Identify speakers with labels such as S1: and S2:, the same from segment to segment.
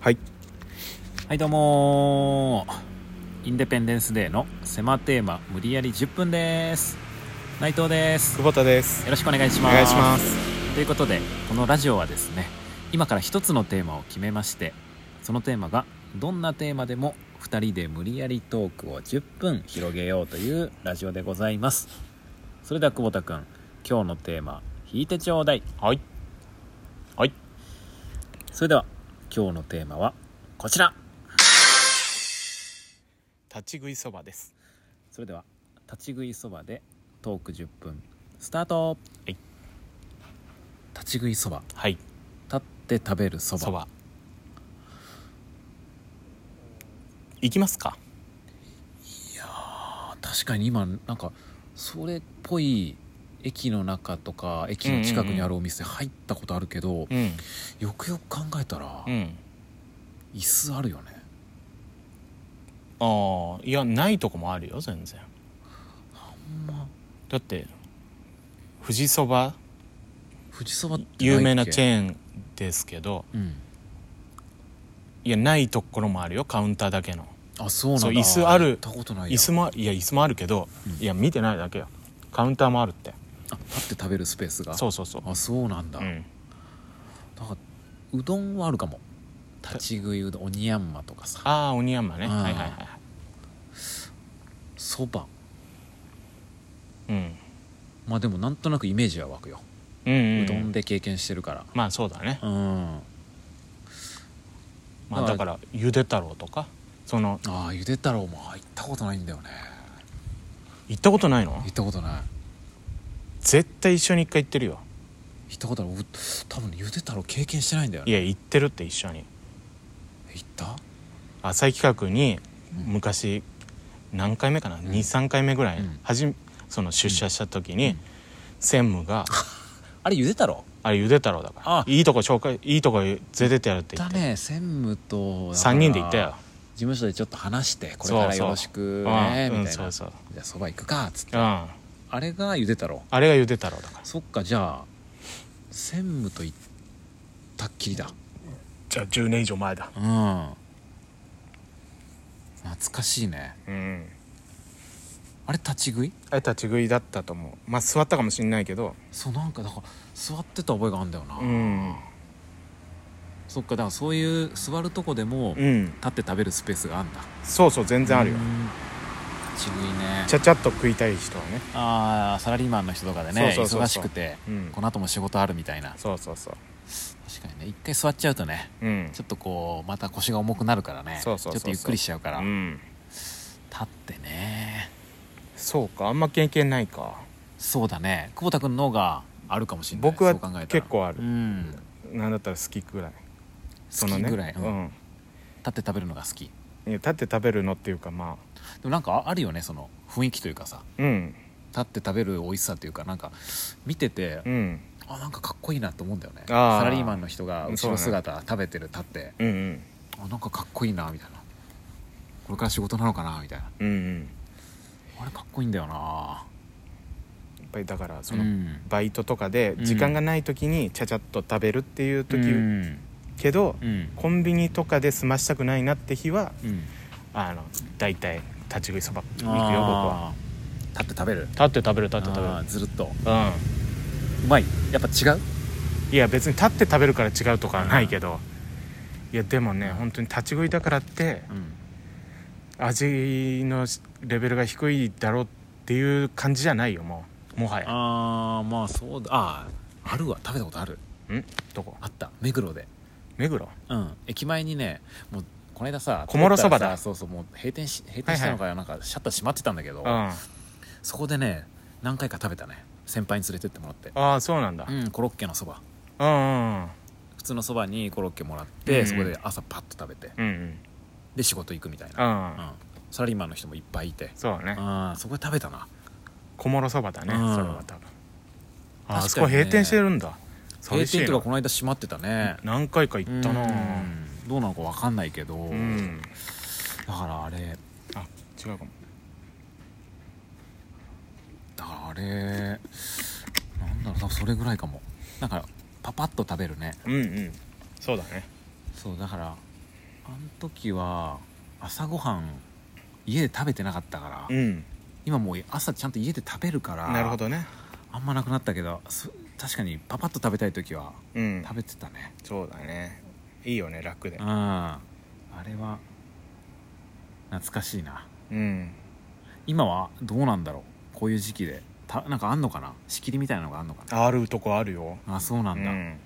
S1: はい
S2: はいどうもーインデペンデンスデーの狭テーマ無理やり10分です内藤です
S1: 久
S2: よ
S1: 保田です
S2: ろしくお願いし
S1: お
S2: ます
S1: 願いします
S2: ということでこのラジオはですね今から一つのテーマを決めましてそのテーマがどんなテーマでも2人で無理やりトークを10分広げようというラジオでございますそれでは久保田君今日のテーマ引いてちょうだい
S1: はいはい
S2: それでは今日のテーマはこちら
S1: 立ち食いそばです
S2: それでは立ち食いそばでトーク10分スタート、
S1: はい
S2: 立ち食いそば
S1: はい
S2: 立って食べるそば
S1: そば行きますか
S2: あ確かに今なんかそれっぽい駅の中とか駅の近くにあるお店入ったことあるけど、
S1: うん
S2: よくよく考えたら、
S1: うん
S2: 椅子あるよね
S1: ああいやないとこもあるよ全然
S2: ほんま
S1: だって富士そば
S2: 富士そばってないっけ
S1: 有名なチェーンですけど
S2: うん
S1: いやないところもあるよカウンターだけの
S2: あそうなんだ
S1: そう椅子ある
S2: 行ったことないや
S1: 椅子もいや椅子もあるけど、
S2: うん
S1: いや見てないだけよカウンターもあるって
S2: あ立って食べるスペースが
S1: そうそうそう
S2: あそうなんだ、
S1: う
S2: なん
S1: ん
S2: かうどんはあるかも立ち食いうどんおにやんまとかさ
S1: ああ鬼山ね
S2: うん
S1: はいはいはいはい
S2: そば
S1: うん
S2: まあでもなんとなくイメージは湧くよ、
S1: うん
S2: う
S1: うん
S2: どん
S1: で
S2: で経験してるか
S1: まあそうだね、
S2: らうん
S1: まあ、だからゆで太郎とかその
S2: ああゆで太郎も行ったことないんだよね
S1: 行ったことないの
S2: 行ったことない
S1: 絶対一緒に一回行ってるよ
S2: 行ったことあるう多分ねゆで太郎経験してないんだよ
S1: い
S2: ね
S1: や行ってるって一緒に
S2: 行った
S1: 浅井企画に
S2: うん
S1: 昔何回目かな、23回目ぐらい、
S2: うん
S1: はじめその出社した時に、
S2: うん
S1: 専務が
S2: あれゆで太郎
S1: あれゆで太郎だから
S2: あ
S1: いいとこ紹介いいとこ連れてってやるって言
S2: だ
S1: って、
S2: ね専務と
S1: 3人で行ったよ
S2: 事務所でちょっと話してこれからよろしくね
S1: うん
S2: み
S1: うん
S2: たい
S1: そ
S2: な
S1: う
S2: じ
S1: そう
S2: ゃあそば行くかっつって
S1: うんあ
S2: あれがゆで太郎
S1: れがゆで太郎だから
S2: そっかじゃあ専務と行ったっきりだ
S1: じゃあ10年以上前だ
S2: うん懐かしいね
S1: うん
S2: あれ立ち食い
S1: あれ立ち食いだったと思うまあ座ったかもしれないけど
S2: そうなんかだから座ってた覚えがあるんだよな、
S1: うん
S2: そっかだからそういう座るとこでも
S1: うん
S2: 立って食べるスペースがあんだ
S1: そうそう全然あるよ
S2: うん立ち食いね
S1: ちゃちゃっと食いたい人はね
S2: ああサラリーマンの人とかでね
S1: そうそうそうそう
S2: 忙しくて
S1: うん
S2: この後も仕事あるみたいな
S1: そうそうそう
S2: 確かにね一回座っちゃうとね
S1: うん
S2: ちょっとこうまた腰が重くなるからね
S1: そうそうそうそう
S2: ちょっとゆっくりしちゃうから、
S1: うん
S2: 立ってね
S1: そうかあんま経験ないか
S2: そうだね久保田君の方があるかもしれない
S1: 僕は
S2: そう考えたら
S1: 結構ある
S2: うん
S1: なんだったら好きぐらい
S2: 好きぐらい、
S1: う
S2: うん
S1: ん
S2: 立って食べるのが好きで
S1: いや立って食べるのっていうかま
S2: もなんかあるよねその雰囲気というかさ
S1: あうん
S2: 立って食べる美味しさというかなんか見てて
S1: うん
S2: あなんかかっこいいなと思うんだよね
S1: あー
S2: サラリーマンの人が後ろ
S1: そうだね
S2: 姿、食べてる立って
S1: うんうん
S2: あなんかかっこいいなみたいなこれから仕事なのかなみたいな
S1: うんうん
S2: あれかっこいいんだよな
S1: やっぱりだからそ
S2: うん
S1: の、バイトとかで
S2: うん
S1: 時間がない時にちゃちゃっと食べるっていう
S2: う
S1: 時、
S2: ん
S1: けど、
S2: うん
S1: コンビニとかで済ましたくないなって日は
S2: うん
S1: あの大体立ち食いそば行くよ僕は
S2: あー立って食べる
S1: 立って食べる立って食べ
S2: あーずるっと
S1: るうん
S2: うまいやっぱ違う
S1: いや別に立って食べるから違うとかはないけどいやでもね本当に立ち食いだからって
S2: うん
S1: 味のレベルが低いだろうっていう感じじゃないよもうもはや
S2: ああまあそうだあーあるわ食べたことある
S1: んどこ
S2: あった目黒で
S1: 目黒
S2: うん駅前にねもうこの間さ
S1: 小諸そばだ
S2: 通ったらさそうそうもう閉店し閉店したのかな,、なんかシャッター閉まってたんだけど、
S1: うんあ
S2: そこでね何回か食べたね先輩に連れてってもらって
S1: あそうなんだ
S2: うんコロッケのそば
S1: うんうん
S2: 普通のそばにコロッケもらっ
S1: うん
S2: て、
S1: うん
S2: そこで朝パッと食べて
S1: うんうん
S2: で仕事行くみたいな、
S1: うん
S2: うんサラリーマンの人もいっぱいいて、
S1: そうだね
S2: ああそこで食べたな
S1: 小諸そばだね
S2: うん
S1: それは多分
S2: 確かにね
S1: ああそこ閉店してるんだ
S2: 閉
S1: 寂しい
S2: 店
S1: な
S2: とかこの間閉まってたね
S1: 何回か行ったな
S2: うんどうなのか分かんないけど、
S1: うん
S2: だからあれ
S1: あ違うかも
S2: だからあれなんだろう多分それぐらいかもだからパパッと食べるね
S1: うんうんそうだね
S2: そうだからあの時は朝ごはん家で食べてなかったか
S1: う
S2: ら、
S1: ん
S2: 今もう朝ちゃんと家で食べるから
S1: なるほどね
S2: あんまなくなったけどそ確かにパパッと食べたい時は
S1: うん
S2: 食べてたね
S1: そうだねいいよね楽で
S2: うんあれは懐かしいな
S1: うん
S2: 今はどうなんだろうこういう時期でたなんかあんのかな仕切りみたいなのがあんのか
S1: あるとこあるよ
S2: なあそうなんだ、
S1: うん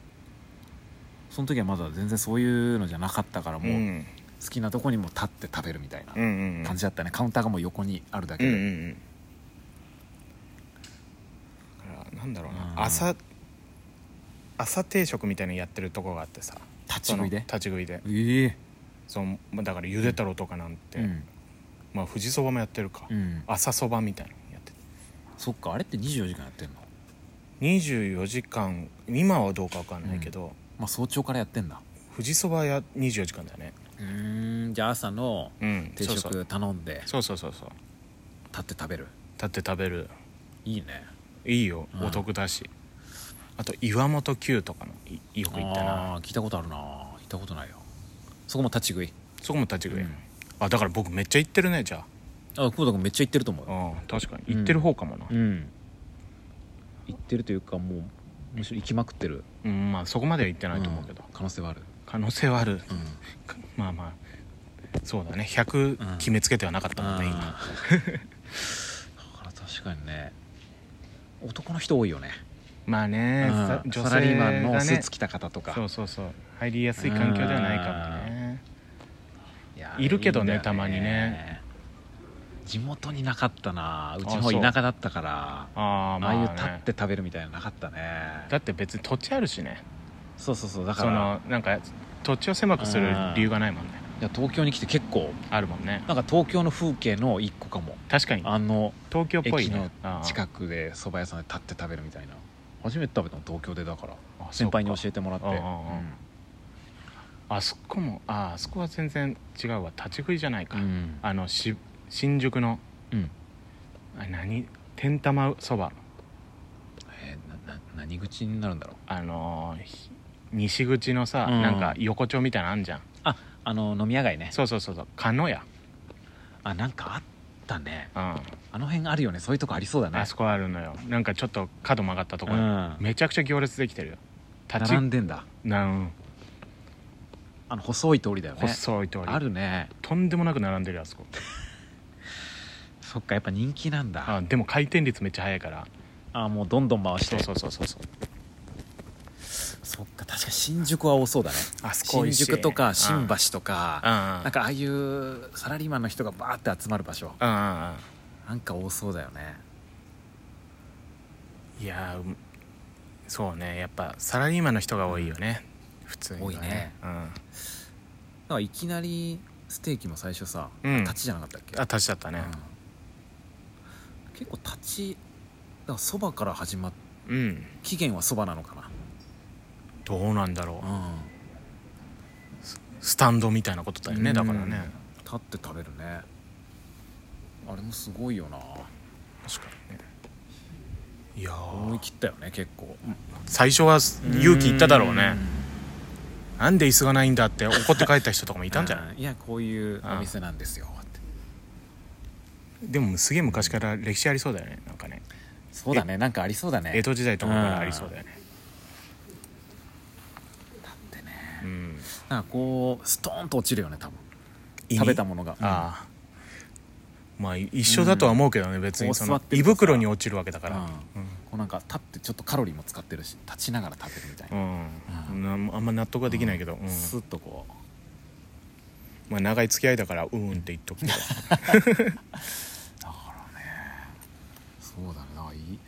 S2: その時はまだ全然そういうのじゃなかったから
S1: う
S2: もう、
S1: ん
S2: 好きなとこにも立って食べるみたいな
S1: うんうん
S2: 感じだったね、カウンターがもう横にあるだけ
S1: うん
S2: で、
S1: うんうんだからなんだろう
S2: う
S1: なん朝朝定食みたいなのやってるとこがあってさ
S2: 立ち食いで
S1: その立ち食いで
S2: ええ
S1: そのまあだからゆで太郎とかなんて、
S2: うん、
S1: まあ富士そばもやってるか、
S2: うん、
S1: 朝そばみたいなのやってて
S2: そっかあれって24時間やってんの
S1: 24時間今はどうかわかんないけど、
S2: まあ早朝からやってんだ
S1: 富士そばや24時間だよね
S2: うーんじゃあ朝の
S1: うん
S2: 定
S1: そうそう
S2: 食頼んで
S1: そうそうそうそう
S2: 立って食べる
S1: 立って食べる
S2: いいね
S1: いいよ
S2: うん
S1: お得だし、あと岩本九とかもいよく行ったな
S2: あー聞いたことあるな行ったことないよそこも立ち食い
S1: そこも立ち食い、
S2: うん
S1: あだから僕めっちゃ行ってるねじゃ
S2: あ久保田君めっちゃ行ってると思うよ
S1: ああ確かに行ってる方かもな
S2: う、ん行ってるというかもうむしろ行きまくってる
S1: うんまあそこまでは行ってないと思うけど、
S2: ん可能性はある
S1: 可能性はある
S2: うん
S1: かまあまあそうだね100決めつけてはなかったもんね、今
S2: あーだから確かにね男の人多いよね
S1: まあね、
S2: うん
S1: さ女性が、ね、
S2: サラリーマンのスーツ着た方とか
S1: そうそうそう入りやすい環境ではないかもね
S2: や
S1: いるけどね
S2: いいんだよ
S1: たまにね
S2: 地元になかったなうちの
S1: あ
S2: 方
S1: そう
S2: 田舎だったから
S1: ああ
S2: あ
S1: ま
S2: あ
S1: あ、
S2: い
S1: ね、
S2: う立って食べるみたいなのなかったね
S1: だって別に土地あるしね
S2: そうそうそうだか
S1: そ
S2: ら
S1: のなんか土地を狭くする理由がないもんね
S2: いや東京に来て結構
S1: あるもんね
S2: なんか東京の風景の一個かも
S1: 確かに
S2: あの
S1: 東京っぽい
S2: 駅の
S1: ねああ
S2: 近くで蕎麦屋さんで立って食べるみたいな初めて食べたの東京でだから
S1: あそう
S2: 先
S1: か
S2: 輩に教えてもらって
S1: ああああそこもああそこは全然違うわ立ち食いじゃないか、
S2: うんうん
S1: あのし新宿の
S2: うん
S1: あ何天玉そば
S2: えーなな何口になるんだろう
S1: あのーひ西口のさ、
S2: うん
S1: なんか横丁みたいなのあんじゃん
S2: ああの飲み屋街ね
S1: そうそうそうそう鹿屋、
S2: あなんかあったね
S1: うん
S2: あの辺あるよねそういうとこありそうだね
S1: あそこあるのよなんかちょっと角曲がったところ、
S2: うん
S1: めちゃくちゃ行列できてるよ立ち
S2: 並んでんだ
S1: なうん
S2: あの細い通りだよね
S1: 細い通り
S2: あるね
S1: とんでもなく並んでるよあそこ
S2: そっかやっぱ人気なんだ
S1: あでも回転率めっちゃ速いから
S2: あもうどんどん回して
S1: そうそうそうそうそう
S2: そっか確か新宿は多そうだね
S1: あそこ美
S2: 新
S1: 味しい
S2: 宿と
S1: う
S2: か
S1: ん
S2: 新橋と
S1: う
S2: か
S1: んうん
S2: なんかああいうサラリーマンの人がバーって集まる場所
S1: うんうんうん
S2: なんか多そうだよね
S1: いやーうんそうねやっぱサラリーマンの人が多いよね、普通には、
S2: 多いね
S1: うん、
S2: だからいきなりステーキも最初さ、
S1: うん
S2: 立ちじゃなかったっけ
S1: あ立ちだったね
S2: うん結構立ちだからそばから始まっ
S1: うん、
S2: 期限はそばなのかな
S1: どうなんだろう、
S2: うん
S1: スタンドみたいなことだよねだからね
S2: 立って食べるねあれもすごいよな
S1: 確かにねいやー
S2: 思い切ったよね結構
S1: 最初は勇気いっただろうねなんで椅子がないんだって怒って帰った人とかもい
S2: い
S1: たんじゃない
S2: いいやこういうお店なんですよって
S1: でもすげえ昔から歴史ありそうだよねなんかね
S2: そうだねなんかありそうだね
S1: 江戸時代とかからありそうだよね
S2: だってね
S1: うん
S2: なんかこうストーンと落ちるよね多分食べた
S1: も
S2: ものが
S1: ああまあ一緒だとは思うけどね別にそ
S2: こう
S1: の
S2: 座って
S1: 胃
S2: るとさ
S1: 袋に落ちるわけだから
S2: うんこうなんか立ってちょっとカロリーも使ってるし立ちながら食べるみたいな
S1: うんうんあんま納得はできないけどうん
S2: スッとこう
S1: まあ長い付き合いだからうんうんって言っとくけど
S2: そうだねだからいい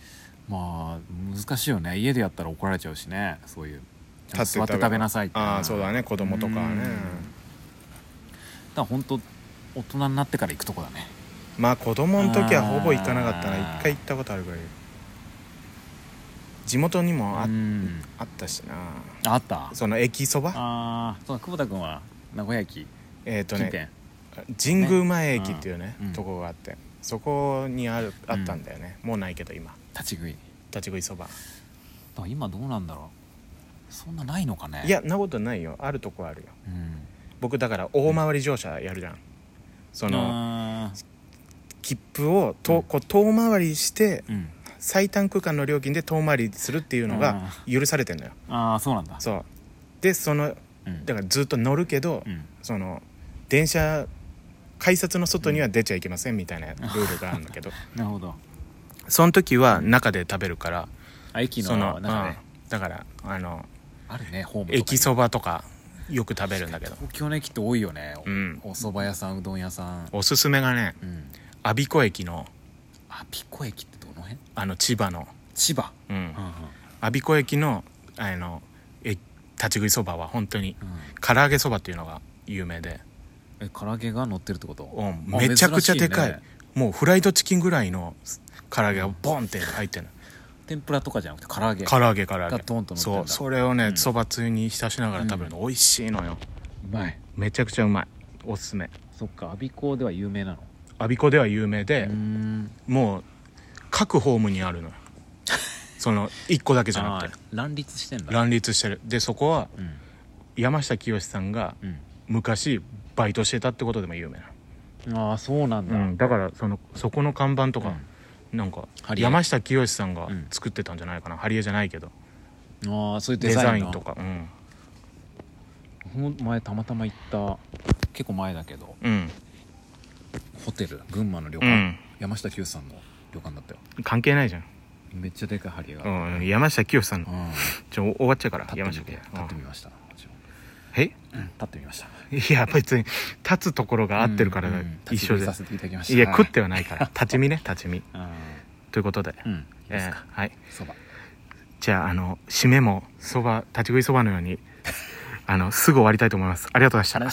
S2: まあ難しいよね家でやったら怒られちゃうしねそういうちゃんと座って食べなさいって
S1: ああそうだね子供とかはね
S2: だから本当大人になってから行くとこだね
S1: まあ子供の時はほぼ行かなかったな
S2: あー
S1: 一回行ったことあるぐらい地元にもあ,、
S2: うん
S1: あったしな
S2: ああった
S1: その駅そば
S2: あーそうだ久保田君は名古屋駅
S1: えっ、と
S2: 近辺、
S1: ね神宮前駅っていうね
S2: うん
S1: とこがあってそこにあるあったんだよね、もうないけど今
S2: 立ち食いだ
S1: 立ち食いそば
S2: から今どうなんだろうそんなないのかね
S1: いやなことないよあるとこあるよ
S2: うん
S1: 僕だから大回り乗車やるじゃんその
S2: あ
S1: 切符をと、こう遠回りして
S2: ーうん
S1: 最短区間の料金で遠回りするっていうのが許されてんのよ
S2: あーそうなんだ
S1: そうでその
S2: うん
S1: だからずっと乗るけど、
S2: うん
S1: その電車改札の外には出ちゃいけませんみたいなルールがあるんだけ ど
S2: なるほど
S1: その時は中で食べるから
S2: あ駅
S1: その、
S2: の
S1: うん、
S2: 中
S1: だ
S2: で
S1: からあの
S2: あるねホームとかに
S1: 駅そばとかよく食べるんだけど
S2: 東京の駅って多いよね
S1: うん
S2: お蕎麦屋さんうどん屋さん
S1: おすすめがね
S2: うん
S1: 我孫子駅の
S2: あピコ駅ってどの辺
S1: あの千葉の、
S2: 千葉
S1: うん
S2: う、ん
S1: 我孫子駅のあのえ立ち食いそばは本当に
S2: うん
S1: 唐揚げそばっていうのが有名で、
S2: え唐揚げが乗ってるってこと
S1: うん
S2: あ
S1: めちゃくちゃでかい
S2: 珍しね
S1: もうフライドチキンぐらいの唐揚げがボンって入ってる
S2: 天ぷらとかじゃなくて唐揚げ
S1: 唐揚げ唐揚
S2: が
S1: げ
S2: ドンと乗ってん
S1: そ
S2: だ
S1: うそれをね
S2: ん
S1: そば、つゆに浸しながら食べるの美味しいのよ、
S2: うまい
S1: めちゃくちゃうまいおすすめ
S2: そっか我孫子では有名なの
S1: 我孫子では有名で
S2: うー、ん
S1: もう各ホームにあ るのよその1個だけじゃなくて
S2: あー乱立してんだ
S1: 乱立してるでそこは
S2: うん
S1: 山下清さんが
S2: う
S1: 昔バイトしてたってことでも有名な、
S2: んああそうなんだ、
S1: うん、だからそのそこの看板とか、なんか
S2: 貼り絵
S1: 山下清さんが
S2: うん
S1: 作ってたんじゃないかな貼り絵じゃないけど
S2: ああそういうデ
S1: デ
S2: ザ
S1: ザ
S2: イ
S1: イ
S2: ン
S1: ン
S2: と
S1: と
S2: か
S1: かうん、
S2: 前たまたま行った結構前だけど
S1: うん
S2: ホテル群馬の旅
S1: う
S2: 館、
S1: ん、
S2: 山下久さんの旅館だったよ
S1: 関係ないじゃん、
S2: めっちゃでかいハリエが、
S1: うん、山下清さん
S2: うん
S1: ちょ終わっちゃうから山下
S2: 立ってみ
S1: 清う
S2: て立って
S1: ん
S2: みました立
S1: え
S2: ってみました
S1: いや別に立つところが合ってるから
S2: うんうん
S1: 一緒で、
S2: 立ち食いさせていただきました
S1: いや食って
S2: は
S1: はない から立ち見ね立ち見
S2: い
S1: ということで、
S2: うん、うん、いいです
S1: えー
S2: か
S1: はい
S2: そば、
S1: じゃああの締めもそば立ち食いそばのようにあのすぐ終わりたいと思いますありがとうございました